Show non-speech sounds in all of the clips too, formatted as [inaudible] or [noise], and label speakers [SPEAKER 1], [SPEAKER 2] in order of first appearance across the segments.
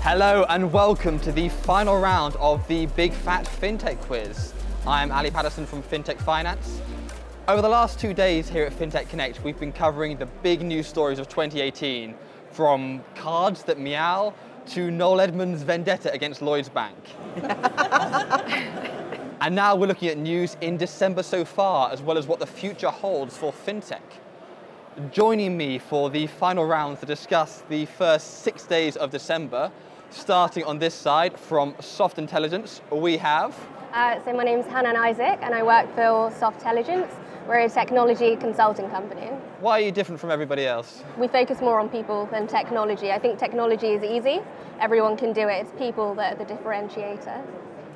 [SPEAKER 1] Hello and welcome to the final round of the Big Fat FinTech Quiz. I'm Ali Patterson from FinTech Finance. Over the last two days here at FinTech Connect, we've been covering the big news stories of 2018, from cards that meow to Noel Edmonds' vendetta against Lloyds Bank. [laughs] and now we're looking at news in December so far, as well as what the future holds for FinTech joining me for the final round to discuss the first six days of December. Starting on this side from Soft Intelligence, we have.
[SPEAKER 2] Uh, so my name's Hannah Isaac, and I work for Softintelligence. We're a technology consulting company.
[SPEAKER 1] Why are you different from everybody else?
[SPEAKER 2] We focus more on people than technology. I think technology is easy; everyone can do it. It's people that are the differentiator.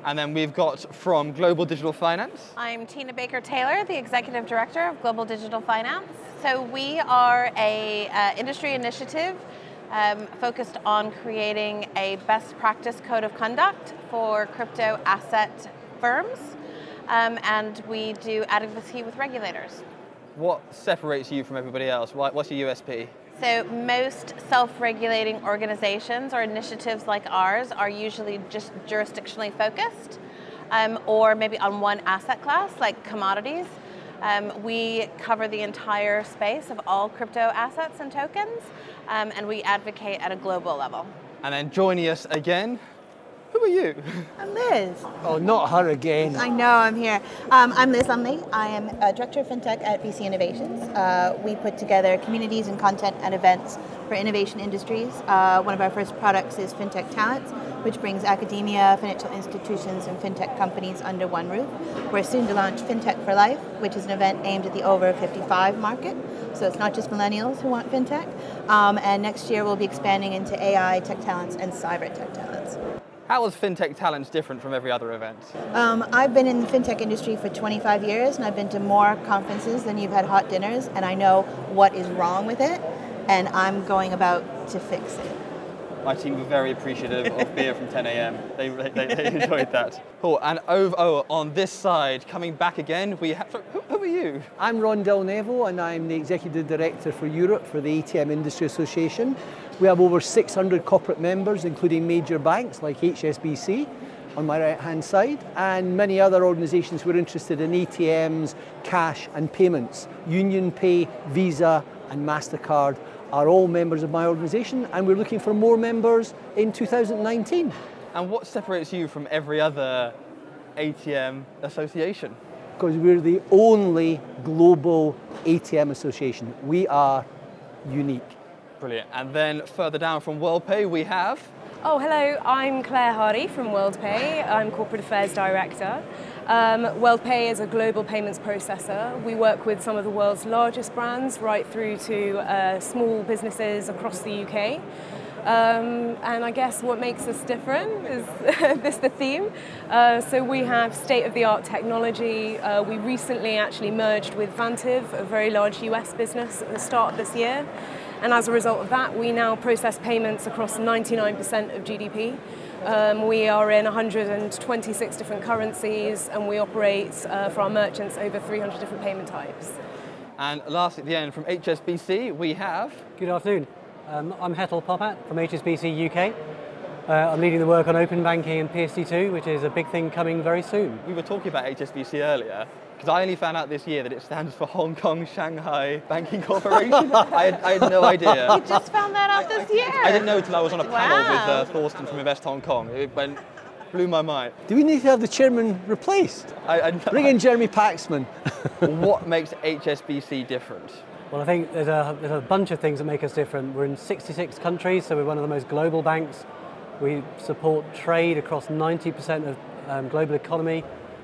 [SPEAKER 1] And then we've got from Global Digital Finance.
[SPEAKER 3] I'm Tina Baker Taylor, the Executive Director of Global Digital Finance. So we are a uh, industry initiative um, focused on creating a best practice code of conduct for crypto asset firms, um, and we do advocacy with regulators.
[SPEAKER 1] What separates you from everybody else? Why- What's your USP?
[SPEAKER 3] So most self-regulating organizations or initiatives like ours are usually just jurisdictionally focused, um, or maybe on one asset class like commodities. Um, we cover the entire space of all crypto assets and tokens, um, and we advocate at a global level.
[SPEAKER 1] And then joining us again, who are you? [laughs]
[SPEAKER 4] Liz.
[SPEAKER 5] Oh, not her again.
[SPEAKER 4] I know I'm here. Um, I'm Liz Lumley. I am uh, Director of FinTech at VC Innovations. Uh, we put together communities and content and events for innovation industries. Uh, one of our first products is FinTech Talents, which brings academia, financial institutions, and FinTech companies under one roof. We're soon to launch FinTech for Life, which is an event aimed at the over 55 market. So it's not just millennials who want FinTech. Um, and next year we'll be expanding into AI, tech talents, and cyber tech talents.
[SPEAKER 1] How is FinTech Talents different from every other event?
[SPEAKER 4] Um, I've been in the fintech industry for 25 years, and I've been to more conferences than you've had hot dinners, and I know what is wrong with it, and I'm going about to fix it.
[SPEAKER 1] My team were very appreciative of [laughs] beer from 10 a.m. They, they, they- they enjoyed that. [laughs] Cool. And over oh, on this side, coming back again, we have. Who, who are you?
[SPEAKER 5] I'm Ron Del Neville and I'm the Executive Director for Europe for the ATM Industry Association. We have over 600 corporate members, including major banks like HSBC on my right hand side, and many other organisations who are interested in ATMs, cash, and payments. Union Pay, Visa, and MasterCard are all members of my organisation, and we're looking for more members in 2019.
[SPEAKER 1] And what separates you from every other ATM association?
[SPEAKER 5] because we're the only global ATM association. We are unique.
[SPEAKER 1] Brilliant. And then further down from WorldPay, we have.
[SPEAKER 6] Oh, hello, I'm Claire Hardy from WorldPay. I'm Corporate Affairs Director. Um, WorldPay is a global payments processor. We work with some of the world's largest brands right through to uh, small businesses across the UK. Um, and I guess what makes us different is [laughs] this the theme. Uh, so we have state-of-the-art technology. Uh, we recently actually merged with Vantiv, a very large US business, at the start of this year. And as a result of that, we now process payments across 99% of GDP. Um, we are in 126 different currencies and we operate uh, for our merchants over 300 different payment types.
[SPEAKER 1] And last at the end from HSBC, we have.
[SPEAKER 7] Good afternoon. Um, I'm Hetal Popat from HSBC UK. Uh, I'm leading the work on open banking and PSD2, which is a big thing coming very soon.
[SPEAKER 1] We were talking about HSBC earlier because I only found out this year that it stands for Hong Kong Shanghai Banking [laughs] Corporation. I, had, I had no idea. [laughs]
[SPEAKER 3] Just found that out this year.
[SPEAKER 1] I didn't know till I was on a panel
[SPEAKER 3] Wow.
[SPEAKER 1] with uh, Thorsten from Invest Hong Kong. It went, blew my mind.
[SPEAKER 5] Do we need to have the chairman replaced?
[SPEAKER 1] I, I,
[SPEAKER 5] Bring in Jeremy Paxman.
[SPEAKER 1] [laughs] what makes HSBC different?
[SPEAKER 7] Well, I think there's a, there's a bunch of things that make us different. We're in 66 countries, so we're one of the most global banks. We support trade across 90% of um, global economy.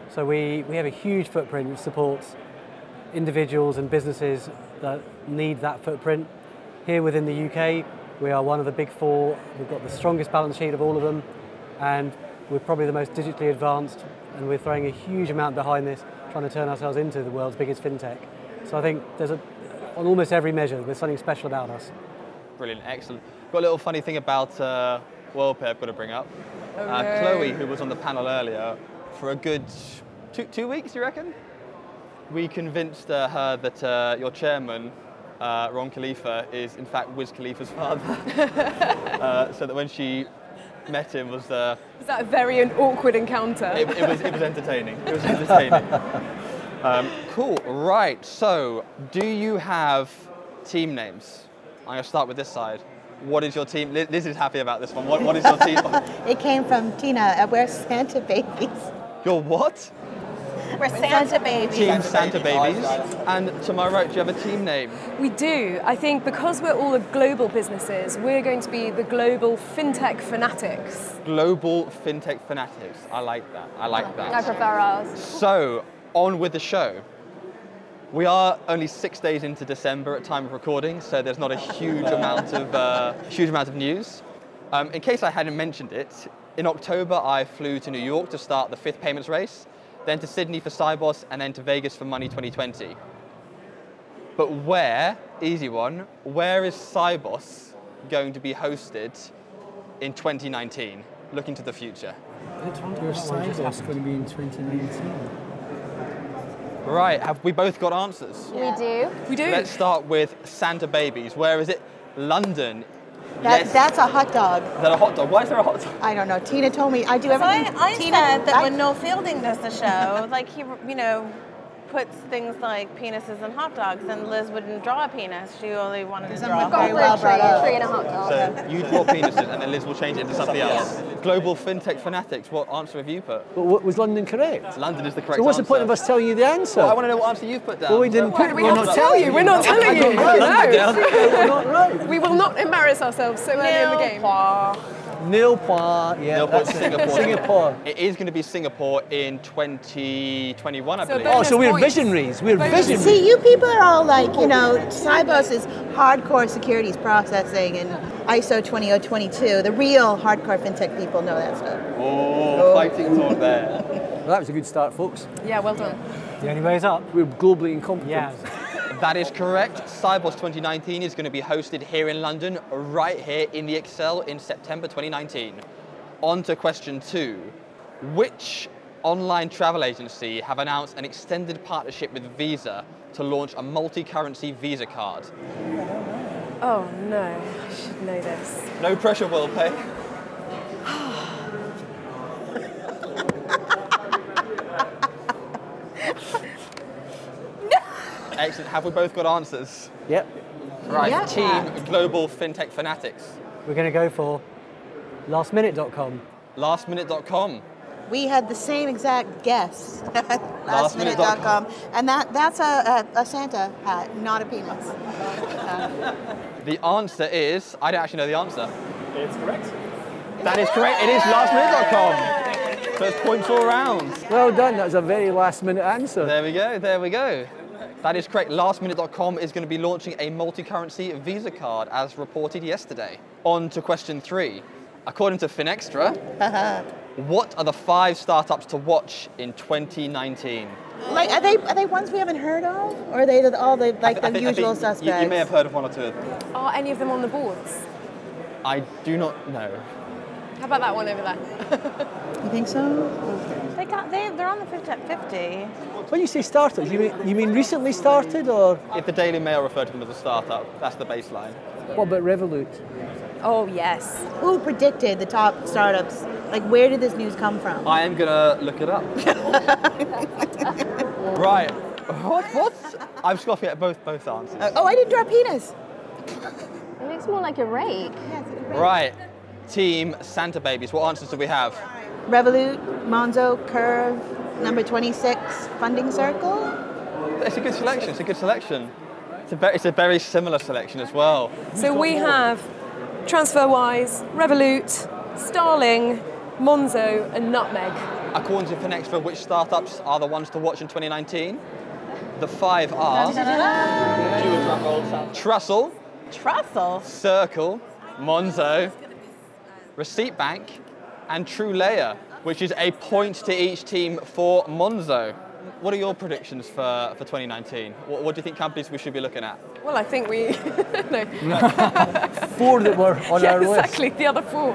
[SPEAKER 7] So we, we have a huge footprint which supports individuals and businesses that need that footprint. Here within the UK, we are one of the big four. We've got the strongest balance sheet of all of them, and we're probably the most digitally advanced. And we're throwing a huge amount behind this, trying to turn ourselves into the world's biggest fintech. So I think there's a, on almost every measure, there's something special about us.
[SPEAKER 1] Brilliant, excellent. Got a little funny thing about uh, WorldPay I've got to bring up. uh,
[SPEAKER 6] no.
[SPEAKER 1] Chloe, who was on the panel earlier, for a good two, two weeks, you reckon? We convinced uh, her that uh, your chairman, uh, Ron Khalifa, is in fact Wiz Khalifa's father. uh, so that when she met him was uh,
[SPEAKER 6] Was that a very an awkward encounter?
[SPEAKER 1] it, it was it was entertaining. It was entertaining. Um, cool. Right. So, do you have team names? I'm gonna start with this side. What is your team? Li- Liz is happy about this one. What, what is your team? [laughs]
[SPEAKER 4] It came from Tina at We're Santa
[SPEAKER 3] [laughs]
[SPEAKER 4] Babies.
[SPEAKER 1] your what?
[SPEAKER 3] We're Santa babies.
[SPEAKER 1] Team Santa Babies. And to my right, do you have a team name?
[SPEAKER 6] We do. I think because we're all global businesses, we're going to be the global fintech fanatics.
[SPEAKER 1] Global fintech fanatics. I like that. I like that.
[SPEAKER 2] I prefer ours.
[SPEAKER 1] So, on with the show. We are only six days into December at time of recording, so there's not a huge amount of uh, huge amount of news. Um, in case I hadn't mentioned it, in October I flew to New York to start the fifth payments race, then to Sydney for Cybos, and then to Vegas for Money 2020. But where, easy one, where is Cybos going to be hosted in 2019? Looking to the future.
[SPEAKER 8] Your side is going to be in 2019.
[SPEAKER 1] Right, have we both got answers?
[SPEAKER 2] We do.
[SPEAKER 6] We do.
[SPEAKER 1] Let's start with Santa Babies. Where is it? London.
[SPEAKER 4] That,
[SPEAKER 1] Yes.
[SPEAKER 4] That's a hot dog.
[SPEAKER 1] Is that a hot dog? Why is there a hot dog?
[SPEAKER 4] I don't know. Tina told me I do
[SPEAKER 3] I,
[SPEAKER 4] everything.
[SPEAKER 3] I
[SPEAKER 4] Tina,
[SPEAKER 3] said that
[SPEAKER 4] I-
[SPEAKER 3] when Noel Fielding does the show, like he, you know, puts things like penises and hot dogs, and Liz wouldn't draw a penis. She only wanted to
[SPEAKER 4] I'm
[SPEAKER 3] draw.
[SPEAKER 4] a Very
[SPEAKER 2] Got
[SPEAKER 4] well
[SPEAKER 2] a tree,
[SPEAKER 4] brought up.
[SPEAKER 2] a tree and a hot dog.
[SPEAKER 1] So you draw penises and then Liz will change it into something else. Global fintech fanatics, what answer have you put?
[SPEAKER 5] But what, was London correct?
[SPEAKER 1] London is the correct
[SPEAKER 5] So what's
[SPEAKER 1] answer.
[SPEAKER 5] the point of us telling you the answer?
[SPEAKER 1] Well, I want to know what answer you've put down.
[SPEAKER 5] Well, we didn't put-
[SPEAKER 6] we're not telling you. We're not telling you. No.
[SPEAKER 5] We're not right.
[SPEAKER 6] We will not embarrass ourselves so early in the game.
[SPEAKER 5] Nil point. Yeah,
[SPEAKER 1] Nil point
[SPEAKER 5] that's it.
[SPEAKER 1] Singapore.
[SPEAKER 5] [laughs] Singapore.
[SPEAKER 1] It is going to be Singapore in 2021, I
[SPEAKER 6] So
[SPEAKER 1] believe.
[SPEAKER 5] Oh, so we're
[SPEAKER 6] points.
[SPEAKER 5] visionaries. We're
[SPEAKER 6] Bonus.
[SPEAKER 5] visionaries.
[SPEAKER 4] See, you people are all like, you know, Cybos is hardcore securities processing and ISO 20022. The real hardcore fintech people know that stuff.
[SPEAKER 1] Oh, fighting talk there.
[SPEAKER 5] Well, that was a good start, folks.
[SPEAKER 6] Yeah, well done.
[SPEAKER 7] The only way is up.
[SPEAKER 5] We're globally incompetent.
[SPEAKER 7] Yeah.
[SPEAKER 1] that is correct. Cyborgs 2019 is going to be hosted here in London, right here in the Excel in September 2019. On to question two. Which online travel agency have announced an extended partnership with Visa to launch a multi-currency Visa card?
[SPEAKER 6] Oh no, I should know this.
[SPEAKER 1] No pressure, WorldPay. Excellent. Have we both got answers?
[SPEAKER 5] Yep.
[SPEAKER 1] Right,
[SPEAKER 4] Yeah.
[SPEAKER 1] team global fintech fanatics.
[SPEAKER 7] We're going to go for lastminute.com.
[SPEAKER 1] Lastminute.com.
[SPEAKER 4] We had the same exact [laughs] guess.
[SPEAKER 1] Lastminute.com.
[SPEAKER 4] Lastminute.com. And that, that's a, a, a Santa hat, not a penis.
[SPEAKER 1] The answer is I don't actually know the answer. It's correct. That is correct. It is lastminute.com. So it's points all round.
[SPEAKER 5] Well done. That was a very last minute answer.
[SPEAKER 1] There we go, there we go. That is correct. Lastminute.com is going to be launching a multi currency Visa card as reported yesterday. On to question three. According to
[SPEAKER 4] [laughs]
[SPEAKER 1] Finextra, what are the five startups to watch in 2019?
[SPEAKER 4] Like, are they are they ones we haven't heard of, or are they the, all the like the
[SPEAKER 1] I think- I
[SPEAKER 4] usual
[SPEAKER 1] think you-
[SPEAKER 4] suspects?
[SPEAKER 1] You, may have heard of one or two of them.
[SPEAKER 6] Are any of them on the boards?
[SPEAKER 1] I do not know.
[SPEAKER 6] How about that one over there?
[SPEAKER 4] You think so?
[SPEAKER 3] They got they they're on the 50 at 50.
[SPEAKER 5] When you say started, you mean you mean recently started or
[SPEAKER 1] If the Daily Mail referred to them as a startup, that's the baseline.
[SPEAKER 5] what about Revolut?
[SPEAKER 6] Oh yes.
[SPEAKER 4] Who predicted the top startups? Like, where did this news come from?
[SPEAKER 1] I am gonna look it up. right. What? What? I'm scoffing at both both answers.
[SPEAKER 4] oh, I didn't draw penis.
[SPEAKER 2] It looks more like a rake.
[SPEAKER 1] Right. Team Santa Babies, what answers do we have?
[SPEAKER 4] Revolut, Monzo, Curve, number 26, Funding Circle.
[SPEAKER 1] It's a good selection, it's a good selection. It's a very, it's a very similar selection as well.
[SPEAKER 6] So we have TransferWise, Revolut, Starling, Monzo, and Nutmeg.
[SPEAKER 1] According to Finextra, which startups are the ones to watch in 2019? The five are Trussell,
[SPEAKER 3] Trussell.
[SPEAKER 1] Circle, Monzo, Receipt Bank, and True Layer, which is a point to each team for Monzo. What are your predictions for, for 2019? What, what do you think companies we should be looking at?
[SPEAKER 6] Well, I think we [laughs] no.
[SPEAKER 5] Four that were
[SPEAKER 1] [laughs]
[SPEAKER 5] on
[SPEAKER 6] yeah,
[SPEAKER 5] our list.
[SPEAKER 6] exactly. The other four.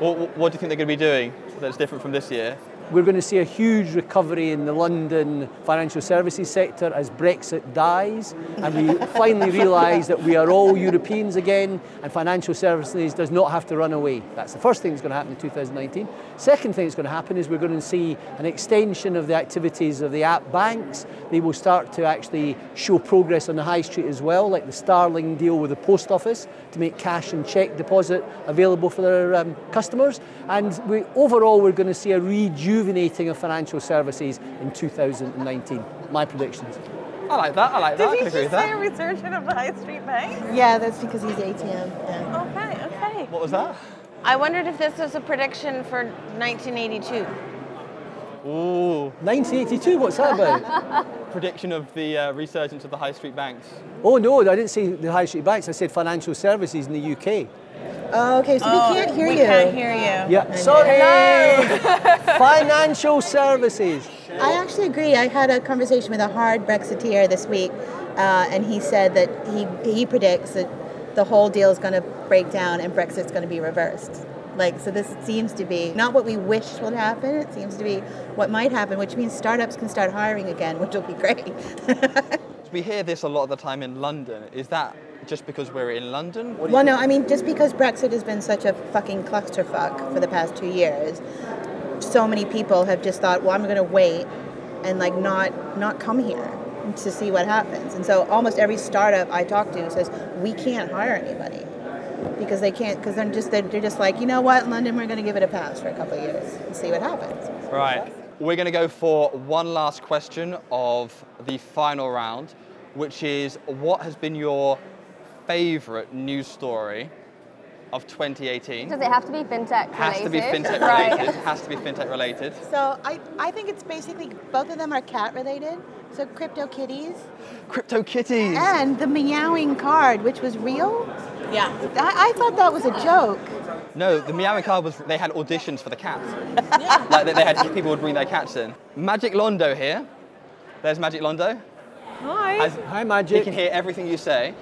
[SPEAKER 1] What, what do you think they're going to be doing that's different from this year?
[SPEAKER 5] We're going to see a huge recovery in the London financial services sector as Brexit dies and we finally realise that we are all Europeans again and financial services does not have to run away. That's the first thing that's going to happen in 2019. Second thing that's going to happen is we're going to see an extension of the activities of the app banks. They will start to actually show progress on the high street as well, like the Starling deal with the post office to make cash and cheque deposit available for their um, customers. And we, overall, we're going to see a rejuvenating of financial services in 2019. My predictions.
[SPEAKER 1] I like that. I like that. I can
[SPEAKER 3] Did
[SPEAKER 1] agree
[SPEAKER 3] you
[SPEAKER 1] with
[SPEAKER 3] just say a
[SPEAKER 1] that.
[SPEAKER 3] resurgence of the high street bank?
[SPEAKER 4] Yeah, that's because he's ATM. Yeah.
[SPEAKER 3] Okay, okay.
[SPEAKER 1] What was that?
[SPEAKER 3] I wondered if this was a prediction for 1982.
[SPEAKER 1] Ooh,
[SPEAKER 5] 1982, what's that about?
[SPEAKER 1] prediction of the uh, resurgence of the high street banks.
[SPEAKER 5] oh no, I didn't say the high street banks, I said financial services in the UK.
[SPEAKER 4] Oh, okay, so we can't hear
[SPEAKER 3] we
[SPEAKER 4] you.
[SPEAKER 3] can't hear you.
[SPEAKER 5] Yeah, sorry! [laughs] financial services!
[SPEAKER 4] I actually agree. I had a conversation with a hard Brexiteer this week, uh, and he said that he he predicts that the whole deal is going to break down and Brexit's going to be reversed. Like, so this seems to be not what we wish would happen. It seems to be what might happen, which means startups can start hiring again, [laughs] which will be great.
[SPEAKER 1] We hear this a lot of the time in London. Is that just because we're in London? What do you
[SPEAKER 4] well, no, I mean, just because Brexit has been such a fucking clusterfuck for the past two years, so many people have just thought, well, I'm going to wait and like not not come here to see what happens. And so almost every startup I talk to says we can't hire anybody because they can't because they're just they're, they're just like you know what London we're going to give it a pass for a couple of years and see what happens.
[SPEAKER 1] Right. We're going to go for one last question of the final round, which is what has been your favorite news story of 2018?
[SPEAKER 2] Does it have to be fintech related?
[SPEAKER 1] Has to be [laughs] fintech
[SPEAKER 2] Right.
[SPEAKER 1] related. Has to be fintech related.
[SPEAKER 4] So I I think it's basically both of them are cat related. So crypto kitties
[SPEAKER 1] Crypto kitties.
[SPEAKER 4] and the meowing card, which was real.
[SPEAKER 3] Yeah.
[SPEAKER 4] I, I thought that was a joke.
[SPEAKER 1] No, the meowing card was. They had auditions for the [laughs] cats. like they, they had people would bring their cats in. Magic Londo here. There's Magic Londo.
[SPEAKER 6] Hi.
[SPEAKER 1] As
[SPEAKER 5] Hi,
[SPEAKER 1] he
[SPEAKER 5] Magic.
[SPEAKER 1] can hear everything you say.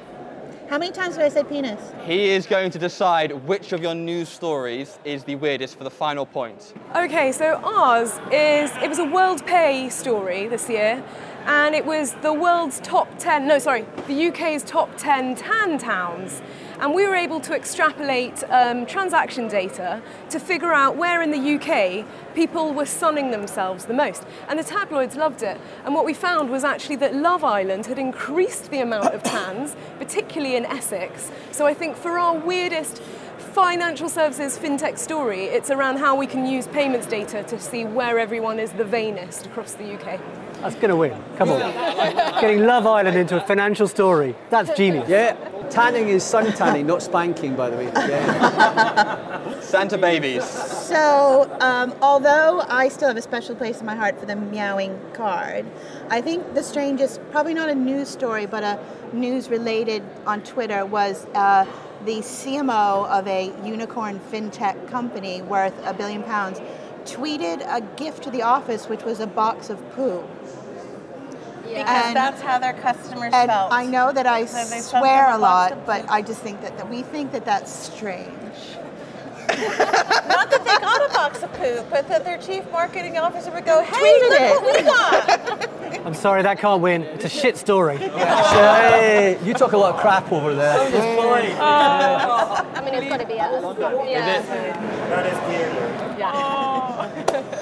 [SPEAKER 4] How many times did I say penis?
[SPEAKER 1] He is going to decide which of your news stories is the weirdest for the final point.
[SPEAKER 6] Okay, so ours is it was a World Pay story this year, and it was the world's top 10, no, sorry, the UK's top 10 tan towns. And we were able to extrapolate um, transaction data to figure out where in the UK people were sunning themselves the most. And the tabloids loved it. And what we found was actually that Love Island had increased the amount of tans, particularly in Essex. So I think for our weirdest financial services fintech story. It's around how we can use payments data to see where everyone is the vainest across the UK.
[SPEAKER 7] That's going to win.
[SPEAKER 8] [laughs]
[SPEAKER 7] Come on. Getting Love Island into a financial story. That's genius.
[SPEAKER 5] Yeah, tanning is sun tanning, not spanking, by the way. Yeah.
[SPEAKER 1] Santa babies.
[SPEAKER 4] So, um, although I still have a special place in my heart for the meowing card, I think the strangest, probably not a news story, but a news related on Twitter was uh, the CMO of a unicorn fintech company worth a billion pounds tweeted a gift to the office, which was a box of poo.
[SPEAKER 3] Because
[SPEAKER 4] And-
[SPEAKER 3] that's how their customers
[SPEAKER 4] And
[SPEAKER 3] felt.
[SPEAKER 4] I know that I
[SPEAKER 3] So they sent
[SPEAKER 4] swear
[SPEAKER 3] them
[SPEAKER 4] a
[SPEAKER 3] a box of
[SPEAKER 4] lot, but I just think that, that we think that that's strange.
[SPEAKER 3] Not that they got a box of poop, but that their chief marketing officer would go, hey,
[SPEAKER 4] tweeted
[SPEAKER 3] look
[SPEAKER 4] it."
[SPEAKER 3] what we got.
[SPEAKER 7] I'm sorry, that can't win. It's a shit story.
[SPEAKER 5] Hey, you talk a lot of crap over there.
[SPEAKER 2] I mean, it's got to be us. Yeah.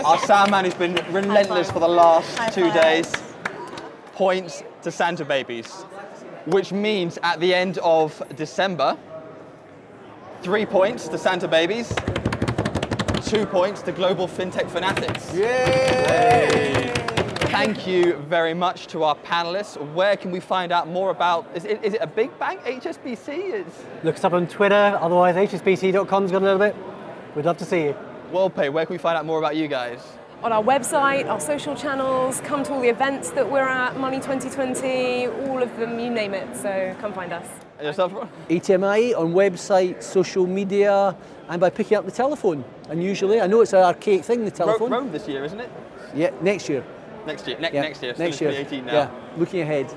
[SPEAKER 1] Our sound man has been relentless for the last two days. Points to Santa babies, which means at the end of December, three points to Santa babies, two points to global fintech fanatics. Thank you very much to our panelists. Where can we find out more about? Is it, is it a big bank? HSBC? It's
[SPEAKER 7] Look us up on Twitter. Otherwise, hsbc.com's got a little bit. We'd love to see you.
[SPEAKER 1] WorldPay. Where can we find out more about you guys?
[SPEAKER 6] On our website, our social channels, come to all the events that we're at, Money 2020, all of them, you name it. So come find us.
[SPEAKER 1] And Yourself, Ron?
[SPEAKER 5] E ATMIE on website, social media, and by picking up the telephone. Unusually, I know it's an archaic thing, the
[SPEAKER 1] Ro-
[SPEAKER 5] telephone.
[SPEAKER 1] Rome this year, isn't it?
[SPEAKER 5] Yeah, next year.
[SPEAKER 1] Next year, ne-
[SPEAKER 5] Yeah,
[SPEAKER 1] next year,
[SPEAKER 5] next
[SPEAKER 1] next
[SPEAKER 5] year.
[SPEAKER 1] year. 2018 now.
[SPEAKER 5] Yeah, looking ahead.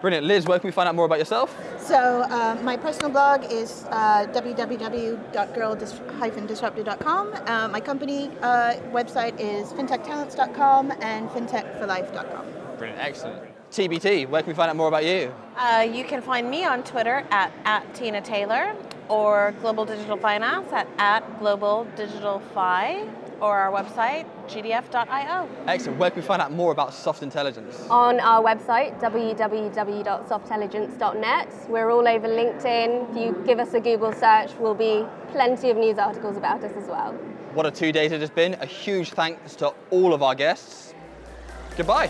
[SPEAKER 1] Brilliant. Liz, where can we find out more about yourself?
[SPEAKER 4] So uh, my personal blog is uh, www.girl-disrupted.com. Uh, my company uh, website is fintechtalents.com and fintechforlife.com.
[SPEAKER 1] Brilliant. Excellent. TBT, where can we find out more about you?
[SPEAKER 3] [laughs] Uh, you can find me on Twitter at, at Tina Taylor or Global Digital Finance at, at Global Digital Fi or our website gdf.io.
[SPEAKER 1] Excellent. Where can we find out more about soft intelligence?
[SPEAKER 2] On our website, www.softintelligence.net, we're all over LinkedIn. If you give us a Google search, will be plenty of news articles about us as well.
[SPEAKER 1] What a two days it has been. A huge thanks to all of our guests. Goodbye.